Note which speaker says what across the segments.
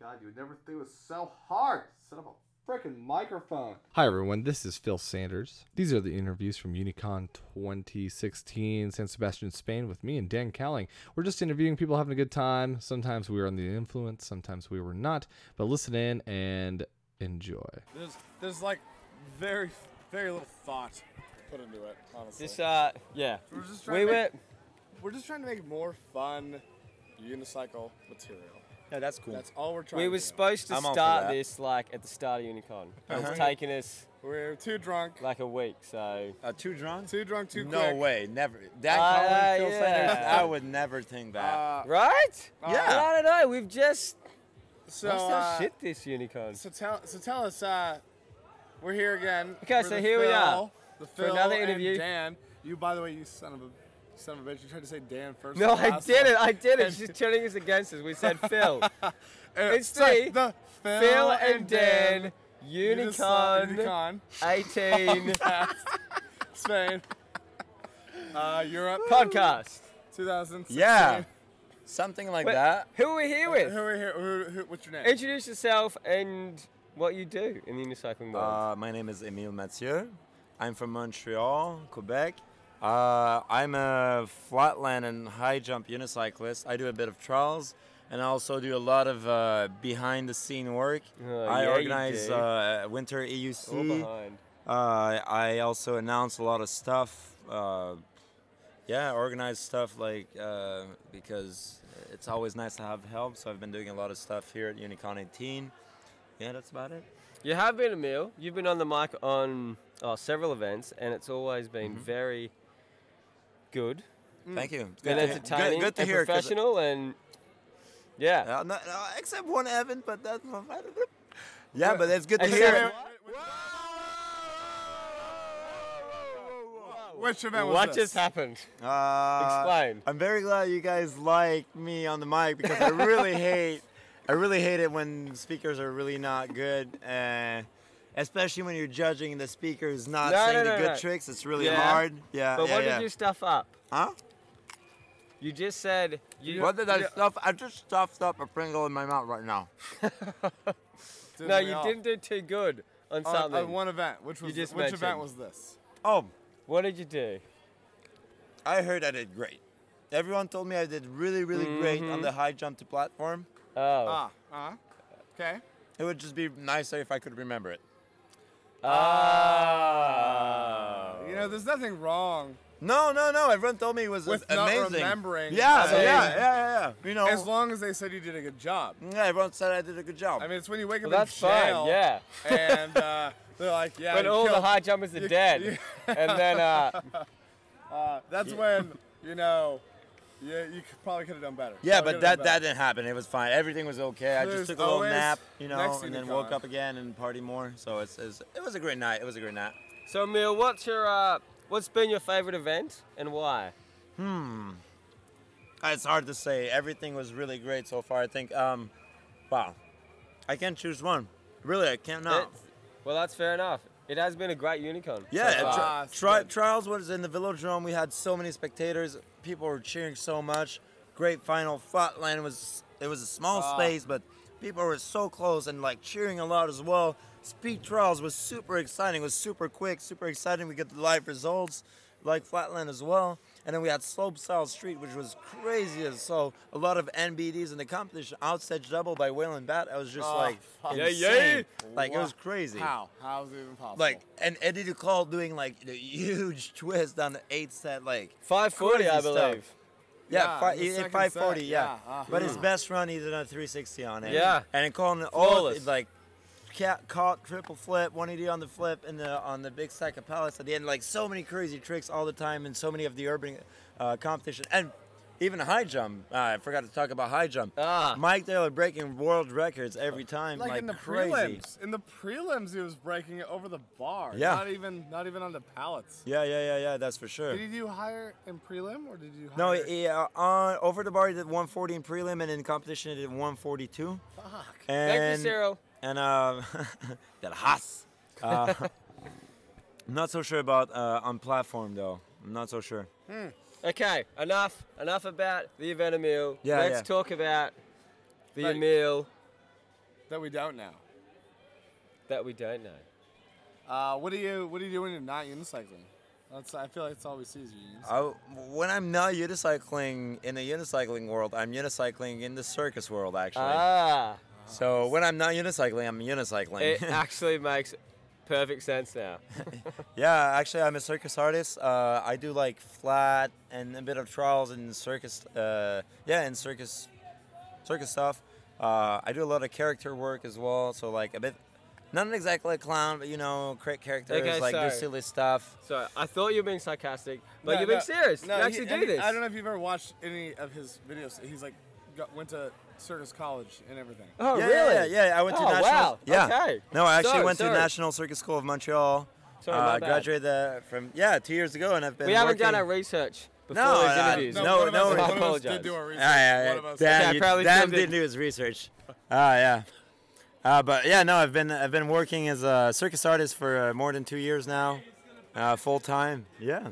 Speaker 1: God, you would never think it was so hard to set up a freaking microphone.
Speaker 2: Hi, everyone. This is Phil Sanders. These are the interviews from Unicon 2016, San Sebastian, Spain, with me and Dan Cowling. We're just interviewing people having a good time. Sometimes we were under the influence, sometimes we were not. But listen in and enjoy.
Speaker 3: There's there's like very very little thought put into it, honestly.
Speaker 4: This uh yeah.
Speaker 3: we're just
Speaker 4: We
Speaker 3: trying to
Speaker 4: were
Speaker 3: make, we're just trying to make more fun unicycle material.
Speaker 5: No, that's cool.
Speaker 3: That's all we're trying.
Speaker 4: we
Speaker 3: to
Speaker 4: were
Speaker 3: do.
Speaker 4: supposed to
Speaker 5: I'm all for
Speaker 4: start
Speaker 5: that.
Speaker 4: this like at the start of Unicon. It's taken us
Speaker 3: We're too drunk,
Speaker 4: like a week, so
Speaker 5: uh, too drunk?
Speaker 3: too drunk, too
Speaker 5: no
Speaker 3: quick.
Speaker 5: way, never. That
Speaker 4: Uh,
Speaker 5: Colin Phil
Speaker 4: yeah.
Speaker 5: Sanders, I would never think that.
Speaker 3: Uh,
Speaker 4: Right?
Speaker 5: Yeah.
Speaker 4: I don't know, we've just
Speaker 3: so
Speaker 4: That's
Speaker 3: uh,
Speaker 4: shit this Unicon.
Speaker 3: so tell so tell us. Uh, we're here again.
Speaker 4: Okay,
Speaker 3: We're
Speaker 4: so
Speaker 3: the
Speaker 4: here we
Speaker 3: Phil-
Speaker 4: are.
Speaker 3: The
Speaker 4: For
Speaker 3: Phil
Speaker 4: another
Speaker 3: and
Speaker 4: interview.
Speaker 3: Dan, you by the way, you son of a son of a bitch. You tried to say Dan first.
Speaker 4: No,
Speaker 3: and
Speaker 4: I
Speaker 3: last
Speaker 4: did it.
Speaker 3: time.
Speaker 4: I did it. She's turning us against us. We said Phil.
Speaker 3: Uh,
Speaker 4: It's
Speaker 3: sorry,
Speaker 4: the
Speaker 3: the Phil,
Speaker 4: Phil and Dan,
Speaker 3: You just saw
Speaker 4: Unicon
Speaker 3: Unicon.
Speaker 4: 18
Speaker 3: Spain. Uh, Europe.
Speaker 4: podcast.
Speaker 3: 2016.
Speaker 5: yeah, something like
Speaker 4: Wait,
Speaker 5: that.
Speaker 4: Who are we here with?
Speaker 3: Who are here? Who, who, what's your name?
Speaker 4: Introduce yourself and what you do in the unicycling world.
Speaker 5: Uh, my name is Emile Mathieu. I'm from Montreal, Quebec. Uh, I'm a flatland and high jump unicyclist. I do a bit of trials, and I also do a lot of uh, behind the scene work.
Speaker 4: Oh,
Speaker 5: I
Speaker 4: yeah, you
Speaker 5: organize
Speaker 4: do.
Speaker 5: uh, winter
Speaker 4: All
Speaker 5: EUC.
Speaker 4: behind.
Speaker 5: Uh, I also announce a lot of stuff. Uh, yeah, organize stuff like uh, because it's always nice to have help. So I've been doing a lot of stuff here at Unicon 18. Yeah, that's about it.
Speaker 4: You have been a meal. You've been on the mic on uh, several events, and it's always been
Speaker 5: Mm-hmm.
Speaker 4: very Mm. good
Speaker 5: Thank you. It's
Speaker 4: and
Speaker 5: to-
Speaker 4: entertaining
Speaker 5: Good, good to
Speaker 4: and
Speaker 5: hear. 'cause-
Speaker 4: professional. And yeah,
Speaker 5: Uh, no, no, except one Evan, but that's yeah, but it's good to
Speaker 4: Except-
Speaker 5: hear.
Speaker 3: Which event was
Speaker 4: what
Speaker 3: this?
Speaker 4: just happened?
Speaker 5: Uh,
Speaker 4: Explain.
Speaker 5: I'm very glad you guys like me on the mic because I really hate, I really hate it when speakers are really not good, uh, especially when you're judging and the speaker is not
Speaker 4: No,
Speaker 5: saying
Speaker 4: no, no,
Speaker 5: the good
Speaker 4: no.
Speaker 5: tricks. It's really
Speaker 4: Yeah.
Speaker 5: hard. Yeah.
Speaker 4: But
Speaker 5: Uh, yeah,
Speaker 4: what
Speaker 5: yeah.
Speaker 4: did you stuff up?
Speaker 5: Huh?
Speaker 4: You just said you.
Speaker 5: What did I stuff? I just stuffed up a Pringle in my mouth right now.
Speaker 3: Didn't
Speaker 4: No,
Speaker 3: we
Speaker 4: you
Speaker 3: all?
Speaker 4: didn't do too good on
Speaker 3: On-
Speaker 4: something.
Speaker 3: On Uh, one event. Which was
Speaker 4: just
Speaker 3: which
Speaker 4: mentioned.
Speaker 3: event was this?
Speaker 5: Oh,
Speaker 4: What did you do?
Speaker 5: I heard I did great. Everyone told me I did really, really great
Speaker 4: Mm-hmm.
Speaker 5: on the high jump to platform.
Speaker 4: Oh,
Speaker 3: Ah, ah. Okay.
Speaker 5: It would just be nicer if I could remember it.
Speaker 4: Ah.
Speaker 5: Ah.
Speaker 3: You know, there's nothing wrong.
Speaker 5: No, no, no. Everyone told me it was
Speaker 3: With not
Speaker 5: amazing.
Speaker 3: remembering
Speaker 5: Yeah,
Speaker 3: something.
Speaker 5: yeah, yeah, yeah, yeah. You know,
Speaker 3: As long as they said you did a good job.
Speaker 5: yeah, everyone said I did a good job.
Speaker 3: I mean, it's when you wake
Speaker 4: well,
Speaker 3: up
Speaker 4: that's
Speaker 3: in jail.
Speaker 4: fine. Yeah.
Speaker 3: And uh, they're like, yeah.
Speaker 4: When
Speaker 3: you
Speaker 4: all the
Speaker 3: killed-
Speaker 4: high jumpers are
Speaker 3: you-
Speaker 4: dead,
Speaker 3: you-
Speaker 4: and then uh,
Speaker 3: Uh, that's when you know. Yeah, you could, probably could have done better.
Speaker 5: yeah,
Speaker 3: Probably
Speaker 5: but
Speaker 3: coulda done
Speaker 5: that that
Speaker 3: better.
Speaker 5: didn't happen. It was fine. Everything was okay. I
Speaker 3: There's
Speaker 5: just took a little
Speaker 3: always
Speaker 5: nap, you know,
Speaker 3: next
Speaker 5: and then
Speaker 3: Unicon.
Speaker 5: woke up again and party more. So it's, it's it was a great night. It was a great night.
Speaker 4: so Emil, what's your uh, what's been your favorite event and why?
Speaker 5: Uh, It's hard to say. Everything was really great so far. I think. Um, wow, I can't choose one. Really, I can't not.
Speaker 4: It's- well, that's fair enough. It has been a great unicorn. so
Speaker 5: Yeah, tri-
Speaker 4: far.
Speaker 3: Ah, it's
Speaker 5: tri-
Speaker 3: good.
Speaker 5: trials was in the Velodrome. We had so many spectators. People were cheering so much. Great final flatland was. It was a small
Speaker 3: Ah.
Speaker 5: space, but people were so close and like cheering a lot as well. Speed trials was super exciting. It was super quick, super exciting. We get the live results, like flatland as well. And then we had slope style street, which was crazy. as- So a lot of NBDs in the competition. Outstretch double by Whalen Bat. I was just
Speaker 3: Oh,
Speaker 5: like,
Speaker 3: fuck.
Speaker 5: insane.
Speaker 4: Yeah, yeah.
Speaker 5: Like it was
Speaker 3: Wow.
Speaker 5: crazy
Speaker 3: How? How is it even possible?
Speaker 5: like and Eddie DeCall doing like the huge twist on the eighth set, like
Speaker 4: 540, I
Speaker 5: crazy stuff.
Speaker 4: believe.
Speaker 5: Yeah,
Speaker 3: Yeah,
Speaker 5: fi-
Speaker 3: in the
Speaker 5: in
Speaker 3: second
Speaker 5: 540,
Speaker 3: set,
Speaker 5: yeah.
Speaker 3: yeah, uh-huh.
Speaker 5: But his best run, he did a 360 on it.
Speaker 4: Yeah.
Speaker 5: and then Colin all
Speaker 4: Flawless.
Speaker 5: it, like cat caught triple flip, 180 on the flip, and the on the big stack of pallets at the end. Like so many crazy tricks all the time, and so many of the urban uh, competition and. Even high jump. Uh, I forgot to talk about high jump.
Speaker 4: Ah.
Speaker 5: Mike Taylor breaking world records every time.
Speaker 3: like,
Speaker 5: Like,
Speaker 3: in the
Speaker 5: crazy.
Speaker 3: prelims. In the prelims, he was breaking it over the bar.
Speaker 5: Yeah.
Speaker 3: Not even, not even on the pallets.
Speaker 5: Yeah, yeah, yeah, yeah. That's for sure.
Speaker 3: Did he do higher in prelim or did you?
Speaker 5: No,
Speaker 3: higher?
Speaker 5: he, uh, on over the bar he did 140 in prelim, and in competition he did 142.
Speaker 3: Fuck.
Speaker 5: And,
Speaker 4: Thank you, Cyril.
Speaker 5: And uh, that Haas. Uh, not so sure about uh, on platform though. I'm not so sure.
Speaker 4: Okay, enough. Enough about the event Emil.
Speaker 5: Yeah,
Speaker 4: Let's
Speaker 5: yeah.
Speaker 4: talk about the
Speaker 3: Like-
Speaker 4: Emil
Speaker 3: that we don't know?
Speaker 4: that we don't know.
Speaker 3: Uh, what do you What do you do when you're not unicycling? That's I feel like that's all we see is unions.
Speaker 5: I, when I'm not unicycling in the unicycling world, I'm unicycling in the circus world, actually.
Speaker 4: Ah,
Speaker 5: so when I'm not unicycling, I'm unicycling.
Speaker 4: it actually makes perfect sense now.
Speaker 5: yeah, actually, I'm a circus artist. Uh, I do like flat and a bit of trials and circus. Uh, yeah, and circus, circus stuff. Uh, I do a lot of character work as well. So like a bit, not exactly a clown, but you know, create characters,
Speaker 4: Okay,
Speaker 5: like do
Speaker 4: so-
Speaker 5: silly stuff.
Speaker 4: So I thought you were being sarcastic, but
Speaker 3: No,
Speaker 4: you're being
Speaker 3: no,
Speaker 4: serious.
Speaker 3: no,
Speaker 4: you
Speaker 3: he-
Speaker 4: actually do
Speaker 3: and he-
Speaker 4: this.
Speaker 3: I don't know if you've ever watched any of his videos. He's like got, went to circus college and everything.
Speaker 4: Oh,
Speaker 5: yeah,
Speaker 4: really?
Speaker 5: yeah, yeah, yeah. I went to
Speaker 4: Oh,
Speaker 5: national.
Speaker 4: wow.
Speaker 5: Yeah.
Speaker 4: Okay.
Speaker 5: No, I actually
Speaker 4: Sorry,
Speaker 5: went
Speaker 4: sorry.
Speaker 5: to National Circus School of Montreal.
Speaker 4: Sorry,
Speaker 5: uh,
Speaker 4: my bad.
Speaker 5: graduated uh, from yeah two years ago, and I've been.
Speaker 4: We haven't
Speaker 5: working.
Speaker 4: done our research before
Speaker 5: No,
Speaker 4: these
Speaker 5: I-
Speaker 4: interviews.
Speaker 5: no, no,
Speaker 3: one of us-
Speaker 5: no,
Speaker 3: one of us
Speaker 4: apologize.
Speaker 3: did do our research.
Speaker 5: Ah, Yeah, yeah,
Speaker 3: One of us.
Speaker 5: Dan,
Speaker 4: Okay, I
Speaker 5: you-
Speaker 4: probably
Speaker 5: Dan
Speaker 4: still
Speaker 5: didn't
Speaker 4: did-
Speaker 5: do his research. Ah, yeah. Uh, but yeah, no, I've been I've been working as a circus artist for uh, more than two years now, uh, full time. Yeah.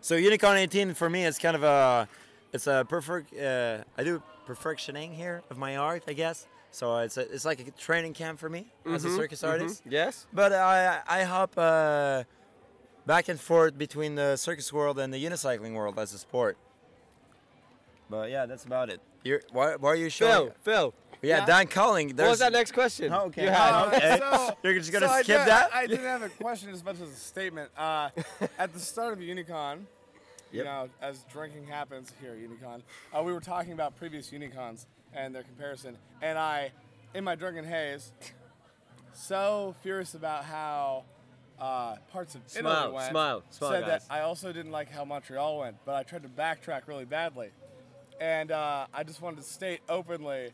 Speaker 5: So Unicorn 18 for me is kind of a, it's a perfect. Uh, I do perfectioning here of my art, I guess. So it's a, it's like a training camp for me as a
Speaker 4: Mm-hmm,
Speaker 5: circus artist.
Speaker 4: Yes.
Speaker 5: But I I hop uh, back and forth between the circus world and the unicycling world as a sport. But yeah, that's about it. You're, why, why are you showing?
Speaker 4: Phil, Phil,
Speaker 5: Yeah, Dan calling.
Speaker 4: what
Speaker 5: There's,
Speaker 4: was that next question?
Speaker 5: Oh, okay.
Speaker 4: You had.
Speaker 5: Uh, Okay.
Speaker 3: so-
Speaker 5: You're just gonna
Speaker 3: so I
Speaker 5: skip
Speaker 3: did-
Speaker 5: that?
Speaker 3: I, I didn't have a question as much as a statement. Uh, at the start of Unicon, you
Speaker 5: Yep.
Speaker 3: know, as drinking happens here at Unicon, uh, we were talking about previous Unicons and their comparison, and I, in my drunken haze, so furious about how uh, parts of
Speaker 4: Smile,
Speaker 3: Italy went,
Speaker 4: smile, smile,
Speaker 3: said
Speaker 4: guys.
Speaker 3: that I also didn't like how Montreal went, but I tried to backtrack really badly, and uh, I just wanted to state openly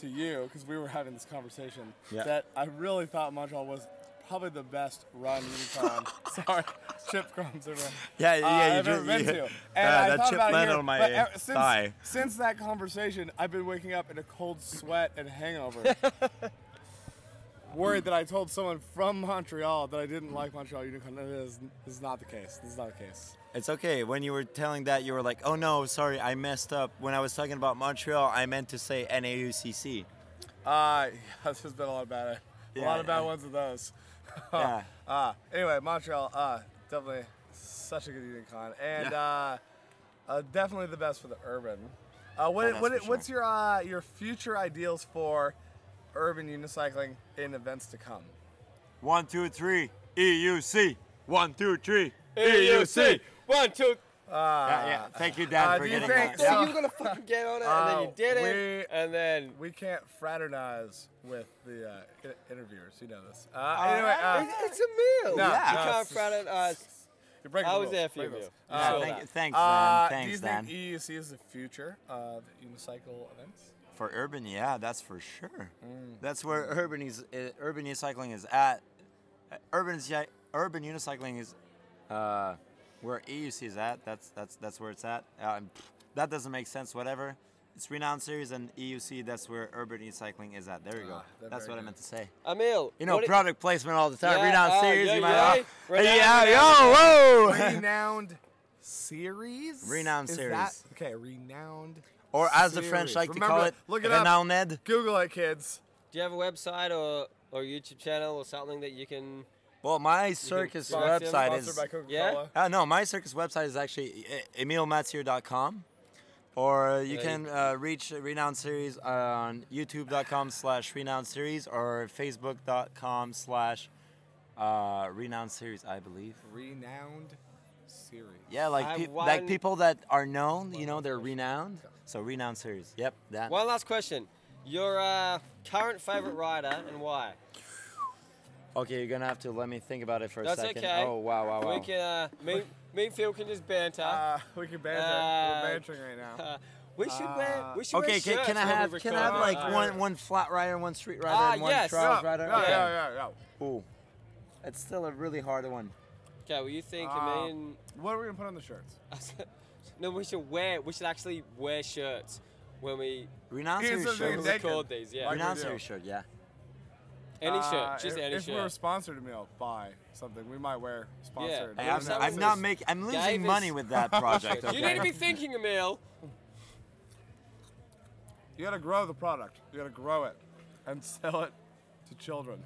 Speaker 3: to you because we were having this conversation
Speaker 5: Yeah.
Speaker 3: that I really thought Montreal was probably the best run Yukon. Sorry, chip crumbs everywhere.
Speaker 5: Yeah,
Speaker 3: Uh,
Speaker 5: yeah, you
Speaker 3: I've ever
Speaker 5: ju-
Speaker 3: been
Speaker 5: you-
Speaker 3: to. And
Speaker 5: Yeah,
Speaker 3: I
Speaker 5: that
Speaker 3: thought
Speaker 5: chip
Speaker 3: about it
Speaker 5: landed
Speaker 3: here,
Speaker 5: on my
Speaker 3: but ever- since,
Speaker 5: thigh.
Speaker 3: Since that conversation, I've been waking up in a cold sweat and hangover. Worried that I told someone from Montreal that I didn't like Montreal Unicorn. That is, this is not the case. This is not the case.
Speaker 5: It's okay. When you were telling that, you were like, "Oh no, sorry, I messed up." When I was talking about Montreal, I meant to say NAUCC.
Speaker 3: Uh, yeah, there's been a lot of bad, a
Speaker 5: Yeah,
Speaker 3: lot of bad
Speaker 5: yeah.
Speaker 3: ones of those.
Speaker 5: Yeah.
Speaker 3: Uh, anyway, Montreal, uh, definitely such a good Unicon, and uh, uh, definitely the best for the urban. Uh, what,
Speaker 5: Oh, that's
Speaker 3: what,
Speaker 5: for sure.
Speaker 3: What's your uh, your future ideals for urban unicycling in events to come?
Speaker 5: One, two, three. EUC. One, two, three.
Speaker 4: EUC. One, two.
Speaker 5: yeah, yeah. Thank you, Dan,
Speaker 3: uh,
Speaker 5: for
Speaker 3: do you
Speaker 5: getting
Speaker 3: think-
Speaker 5: that.
Speaker 4: So
Speaker 3: Yeah.
Speaker 4: you were gonna fucking get on it, and then
Speaker 5: Oh,
Speaker 4: you
Speaker 3: Uh,
Speaker 4: did
Speaker 3: we-
Speaker 4: it, and then.
Speaker 3: We can't fraternize with the uh, i- interviewers. You know this. Uh, anyway, uh,
Speaker 4: It- it's a meal.
Speaker 3: No,
Speaker 4: you
Speaker 3: no.
Speaker 4: can't front us.
Speaker 3: you're breaking
Speaker 4: I
Speaker 3: the
Speaker 4: was
Speaker 3: rules,
Speaker 4: there for you,
Speaker 3: breaking the
Speaker 4: Bill.
Speaker 3: rules.
Speaker 4: Yeah,
Speaker 3: Uh,
Speaker 4: so
Speaker 5: thank,
Speaker 4: that.
Speaker 5: thanhanks,
Speaker 3: uh,
Speaker 5: Dan. Thanks,
Speaker 3: do you
Speaker 5: Dan.
Speaker 3: think EUC is the future of unicycle events?
Speaker 5: For urban, yeah, that's for sure. That's where urban is. Uh, urban unicycling is at. Uh, urban is yeah, urban unicycling is uh, where EUC is at. That's that's that's where it's at. Um, that doesn't make sense. Whatever. It's renowned series and EUC. That's where urban unicycling is at. There you go.
Speaker 3: Ah, they're
Speaker 5: that's
Speaker 3: very
Speaker 5: what I
Speaker 3: good.
Speaker 5: meant to say.
Speaker 4: Emil.
Speaker 5: You know,
Speaker 4: what it-
Speaker 5: product placement all the time.
Speaker 4: Yeah,
Speaker 5: renowned
Speaker 4: oh,
Speaker 5: series.
Speaker 4: yeah,
Speaker 5: you
Speaker 4: yeah.
Speaker 5: might. Oh,
Speaker 4: Renowned,
Speaker 5: yeah,
Speaker 4: renowned.
Speaker 5: yo, whoa.
Speaker 3: renowned series.
Speaker 5: Renowned
Speaker 3: Is
Speaker 5: series.
Speaker 3: that- okay, renowned.
Speaker 5: or as the French
Speaker 3: series.
Speaker 5: like
Speaker 3: Remember,
Speaker 5: to call it,
Speaker 3: Look it up.
Speaker 5: renowned Ned.
Speaker 3: Google it, kids.
Speaker 4: Do you have a website or or YouTube channel or something that you can?
Speaker 5: Well, my circus
Speaker 4: select him,
Speaker 5: website
Speaker 3: Sponsored
Speaker 5: is.
Speaker 3: by Coca-Cola.
Speaker 4: yeah?
Speaker 5: Uh, no, my circus website is actually e- emilmatzier.com. Or you
Speaker 4: Yeah,
Speaker 5: can uh, reach Renowned Series on youtube.com slash Renowned Series or facebook.com slash uh, Renowned Series, I believe.
Speaker 3: Renowned series.
Speaker 5: Yeah,
Speaker 4: I
Speaker 5: like, peop
Speaker 4: want-
Speaker 5: like people that are known, you know, they're renowned. So Renowned Series. Yep, that.
Speaker 4: One last question. Your uh, current favorite rider and why?
Speaker 5: Okay, you're going to have to let me think about it for
Speaker 4: That's
Speaker 5: a second.
Speaker 4: okay.
Speaker 5: Oh, wow, wow, wow.
Speaker 4: We can. Uh, me, me and Phil can just banter.
Speaker 3: Uh, we can banter.
Speaker 4: Uh,
Speaker 3: We're bantering right now.
Speaker 4: Uh, we should wear. We should
Speaker 5: Okay,
Speaker 4: wear
Speaker 5: can,
Speaker 4: shirts
Speaker 5: can I
Speaker 4: when we
Speaker 5: have can I have
Speaker 4: record.
Speaker 5: like
Speaker 4: Uh,
Speaker 5: one one flat rider, one street rider,
Speaker 4: Ah,
Speaker 5: and one
Speaker 4: yes.
Speaker 5: trials
Speaker 3: No,
Speaker 5: rider?
Speaker 3: no,
Speaker 5: Okay.
Speaker 3: no, no, no.
Speaker 5: Ooh. It's still a really hard one.
Speaker 4: Okay, well you think
Speaker 3: Uh,
Speaker 4: I mean?
Speaker 3: What are we gonna put on the shirts?
Speaker 4: no, we should wear. We should actually wear shirts when we
Speaker 5: Renounce
Speaker 3: Here's
Speaker 5: series
Speaker 3: the thing,
Speaker 5: shirt.
Speaker 3: Naked.
Speaker 4: record these. Yeah,
Speaker 3: Like-
Speaker 5: Renounce
Speaker 3: we do.
Speaker 5: series shirt, yeah.
Speaker 4: any
Speaker 3: Uh,
Speaker 4: shirt, just
Speaker 3: if,
Speaker 4: any
Speaker 3: if
Speaker 4: shirt.
Speaker 3: we were sponsored a meal by something, we might wear sponsored.
Speaker 4: Hey,
Speaker 5: Hey,
Speaker 4: Yeah,
Speaker 5: I'm,
Speaker 4: that
Speaker 5: I'm
Speaker 4: was
Speaker 5: not
Speaker 4: a-
Speaker 5: making. I'm losing
Speaker 4: Davis-
Speaker 5: money with that project. Okay?
Speaker 4: You need to be thinking, Emil.
Speaker 3: You gotta grow the product. You gotta grow it. and sell it to children.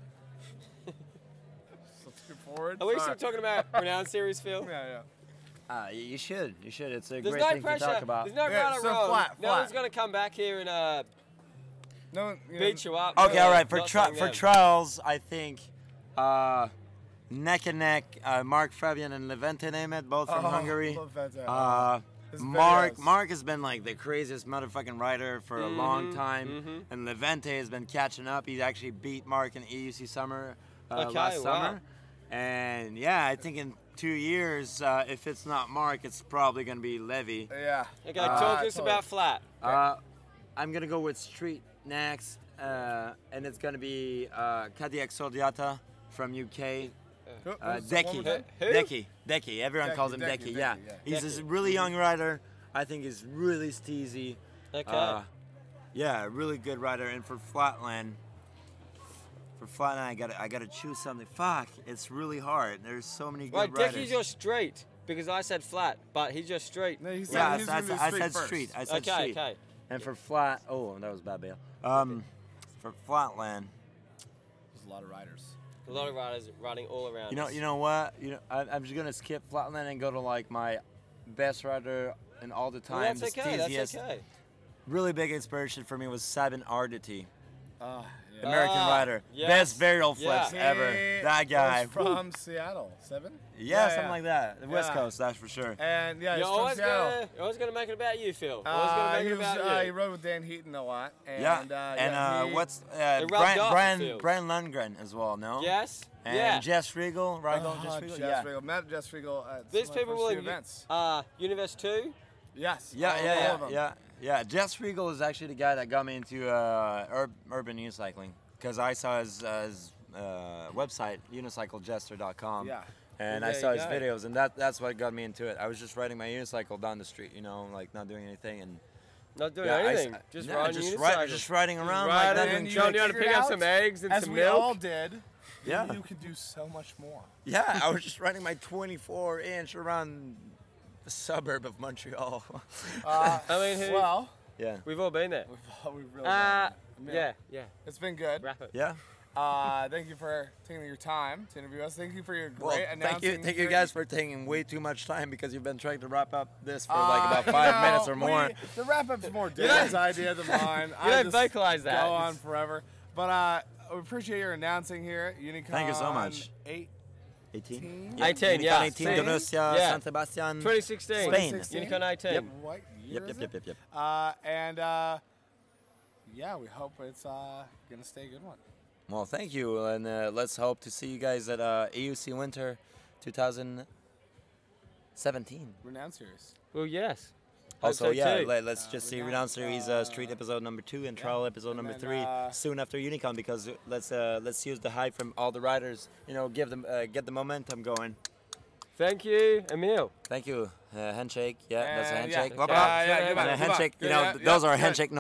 Speaker 3: so forward.
Speaker 4: Are we still talking about renowned series, Phil?
Speaker 3: Yeah, yeah.
Speaker 5: Uh, y- you should. You should. It's a
Speaker 4: There's
Speaker 5: great
Speaker 4: no
Speaker 5: thing to
Speaker 4: pressure.
Speaker 5: talk about.
Speaker 4: There's no
Speaker 3: Yeah,
Speaker 4: right or
Speaker 3: so
Speaker 4: wrong.
Speaker 3: flat,
Speaker 4: No
Speaker 3: flat.
Speaker 4: one's gonna come back here and uh,
Speaker 3: No, you know,
Speaker 4: beat you up.
Speaker 5: Okay,
Speaker 4: for
Speaker 5: all right. For
Speaker 4: not
Speaker 5: tri-
Speaker 4: saying
Speaker 5: for
Speaker 4: them.
Speaker 5: trials, I think uh, neck and neck. Uh, Mark Fabian and Levente Nemeth, both from
Speaker 3: Oh,
Speaker 5: Hungary.
Speaker 3: Levente.
Speaker 5: Uh,
Speaker 3: His
Speaker 5: Mark
Speaker 3: videos.
Speaker 5: Mark has been like the craziest motherfucking writer for a long
Speaker 4: Mm-hmm,
Speaker 5: time, and Levente has been catching up. He actually beat Mark in EUC summer uh,
Speaker 4: Okay,
Speaker 5: last
Speaker 4: wow.
Speaker 5: summer, and yeah, I think in two years, uh, if it's not Mark, it's probably gonna be Levy.
Speaker 3: Yeah.
Speaker 4: Okay,
Speaker 3: Ah,
Speaker 4: talk to us
Speaker 3: totally.
Speaker 4: about flat.
Speaker 5: Uh, I'm gonna go with Street next, uh, and it's gonna be uh, Kadiak Soldiata from UK.
Speaker 3: Who-
Speaker 5: Uh,
Speaker 3: who's the one
Speaker 5: Deki.
Speaker 3: with that?
Speaker 4: Who?
Speaker 5: Deki. Deki. Everyone
Speaker 3: Deki,
Speaker 5: calls him
Speaker 3: Deki,
Speaker 5: Deki.
Speaker 3: Deki, Mm-hmm.
Speaker 5: yeah.
Speaker 3: yeah.
Speaker 5: He's
Speaker 4: Deki.
Speaker 5: a really young writer. I think he's really steezy.
Speaker 4: Okay.
Speaker 5: Uh, yeah, really good writer. And for Flatland, for Flatland, I gotta, I gotta choose something. Fuck, it's really hard. There's so many good
Speaker 4: right,
Speaker 5: writers.
Speaker 4: Decky's your street because I said flat, but he's your street.
Speaker 3: No, he said
Speaker 5: yeah, I,
Speaker 3: he was
Speaker 5: I-
Speaker 3: gonna do
Speaker 5: I said
Speaker 3: first.
Speaker 5: street. I said
Speaker 4: okay,
Speaker 5: street.
Speaker 4: okay.
Speaker 5: And for flat, oh, that was bad bail. Um, for Flatland,
Speaker 3: There's a lot of riders.
Speaker 4: A lot of riders riding all around.
Speaker 5: you know,
Speaker 4: us.
Speaker 5: you know what? You know, I, I'm just gonna skip Flatland and go to like my best writer in all the
Speaker 4: Well,
Speaker 5: time.
Speaker 4: that's
Speaker 5: the
Speaker 4: okay. That's
Speaker 5: steeziest.
Speaker 4: okay.
Speaker 5: Really big inspiration for me was Sabin Arditi,
Speaker 3: Uh, yeah.
Speaker 5: American
Speaker 4: Ah,
Speaker 5: writer.
Speaker 4: yes.
Speaker 5: Best burial
Speaker 4: Yeah.
Speaker 5: flips ever. That guy.
Speaker 3: was from Seattle. Seven.
Speaker 5: Yeah, something like that. The West
Speaker 3: Yeah.
Speaker 5: Coast, that's for
Speaker 4: uh,
Speaker 5: sure.
Speaker 3: And yeah, he's
Speaker 4: You're
Speaker 3: from
Speaker 4: always
Speaker 3: Seattle.
Speaker 4: gonna, you're always gonna make it about you, Phil. Always
Speaker 3: Uh,
Speaker 4: gonna make
Speaker 3: he,
Speaker 4: it
Speaker 3: was, uh,
Speaker 4: about
Speaker 3: he
Speaker 4: you.
Speaker 3: rode with Dan Heaton a lot. And,
Speaker 5: yeah.
Speaker 3: uh,
Speaker 5: and
Speaker 3: yeah,
Speaker 5: uh,
Speaker 3: he-
Speaker 5: what's uh,
Speaker 4: rubbed off, it
Speaker 5: Brian,
Speaker 4: feels.
Speaker 5: Brian Lundgren as well? No.
Speaker 4: Yes.
Speaker 5: And
Speaker 4: yeah. Uh-huh,
Speaker 5: Jess Riegel, Riegel,
Speaker 3: Oh,
Speaker 5: Jess Riegel,
Speaker 3: Jess
Speaker 5: yeah.
Speaker 3: Riegel. Met Jess Riegel at
Speaker 4: These
Speaker 3: some of my
Speaker 4: people
Speaker 3: first
Speaker 4: will
Speaker 3: few
Speaker 4: in
Speaker 3: events.
Speaker 4: uh, Universe Two.
Speaker 3: yes.
Speaker 5: Yeah,
Speaker 3: all
Speaker 5: yeah,
Speaker 3: of
Speaker 5: yeah,
Speaker 3: them.
Speaker 5: yeah, yeah. Jess Riegel is actually the guy that got me into uh, ur- urban unicycling because I saw his, uh, his uh, website, unicyclejester.com.
Speaker 3: Yeah.
Speaker 5: And
Speaker 4: Well,
Speaker 5: I
Speaker 4: there
Speaker 5: saw
Speaker 4: you
Speaker 5: his
Speaker 4: go.
Speaker 5: videos, and that, that's what got me into it. I was just riding my unicycle down the street, you know, like not doing anything. And
Speaker 4: Not doing
Speaker 5: I-
Speaker 4: anything.
Speaker 5: I,
Speaker 4: just
Speaker 5: no,
Speaker 4: riding
Speaker 5: just,
Speaker 4: unicycles.
Speaker 5: ri- just riding around, like not
Speaker 4: riding,
Speaker 5: doing
Speaker 3: you
Speaker 5: tricks.
Speaker 4: John, do you want to
Speaker 3: figured
Speaker 4: pick up
Speaker 3: out,
Speaker 4: some eggs and
Speaker 3: As
Speaker 4: some
Speaker 3: we
Speaker 4: milk?
Speaker 3: all did.
Speaker 5: Yeah.
Speaker 3: You could do so much more.
Speaker 5: Yeah, I was just riding my 24 inch around the suburb of Montreal.
Speaker 4: I mean, who,
Speaker 3: Well,
Speaker 5: yeah.
Speaker 4: we've all been there.
Speaker 3: we've, we've Oh, really.
Speaker 4: Uh,
Speaker 3: done it.
Speaker 4: yeah, yeah.
Speaker 3: It's been good.
Speaker 4: Wrap it.
Speaker 5: Yeah.
Speaker 3: Uh, thank you for taking your time to interview us. Thank you for your great
Speaker 5: Well, thank
Speaker 3: announcing.
Speaker 5: you, thank you
Speaker 3: your-
Speaker 5: guys for taking way too much time because you've been trying to wrap up this for
Speaker 3: Uh,
Speaker 5: like about
Speaker 3: you
Speaker 5: five
Speaker 3: know,
Speaker 5: minutes or more.
Speaker 3: we- the wrap up's more Dan's idea than mine.
Speaker 4: You
Speaker 3: I
Speaker 4: don't
Speaker 3: just
Speaker 4: vocalize that.
Speaker 3: Go on forever. But uh, we appreciate your announcing here at Unicon.
Speaker 5: Thank you so much.
Speaker 3: 8
Speaker 5: 18.
Speaker 4: 18, yeah.
Speaker 5: 18,
Speaker 4: Spain.
Speaker 5: Donostia,
Speaker 4: Yeah.
Speaker 5: San Sebastian.
Speaker 4: 2016.
Speaker 5: Spain.
Speaker 3: 2016?
Speaker 4: Unicon 18.
Speaker 5: Yep.
Speaker 3: What year
Speaker 5: Yep,
Speaker 3: is
Speaker 5: yep,
Speaker 3: it?
Speaker 5: yep, yep, yep.
Speaker 3: Uh, and uh, yeah, we hope it's uh, gonna stay a good one.
Speaker 5: Well, thank you, and uh, let's hope to see you guys at uh, AUC Winter 2017.
Speaker 3: Renowned series.
Speaker 4: Well, yes. Hope
Speaker 5: Also,
Speaker 4: so
Speaker 5: yeah,
Speaker 4: too.
Speaker 5: let, us just see
Speaker 3: Renown-
Speaker 5: Renowned Series uh, Street episode number two and Trial episode
Speaker 3: and
Speaker 5: number
Speaker 3: then,
Speaker 5: three
Speaker 3: uh,
Speaker 5: soon after Unicon because let's uh, let's use the hype from all the riders. You know, give them uh, get the momentum going.
Speaker 4: Thank you, Emil.
Speaker 5: Thank you. Uh, handshake. Yeah, that's a
Speaker 3: And yeah,
Speaker 5: handshake.
Speaker 3: yeah,
Speaker 5: Wop, wop.
Speaker 3: yeah,
Speaker 4: And
Speaker 3: yeah, give
Speaker 5: And
Speaker 3: up,
Speaker 5: a
Speaker 3: give up.
Speaker 5: handshake. You
Speaker 3: Yeah,
Speaker 5: know,
Speaker 3: yeah,
Speaker 5: th- those
Speaker 3: yeah,
Speaker 5: are
Speaker 3: good.
Speaker 5: handshake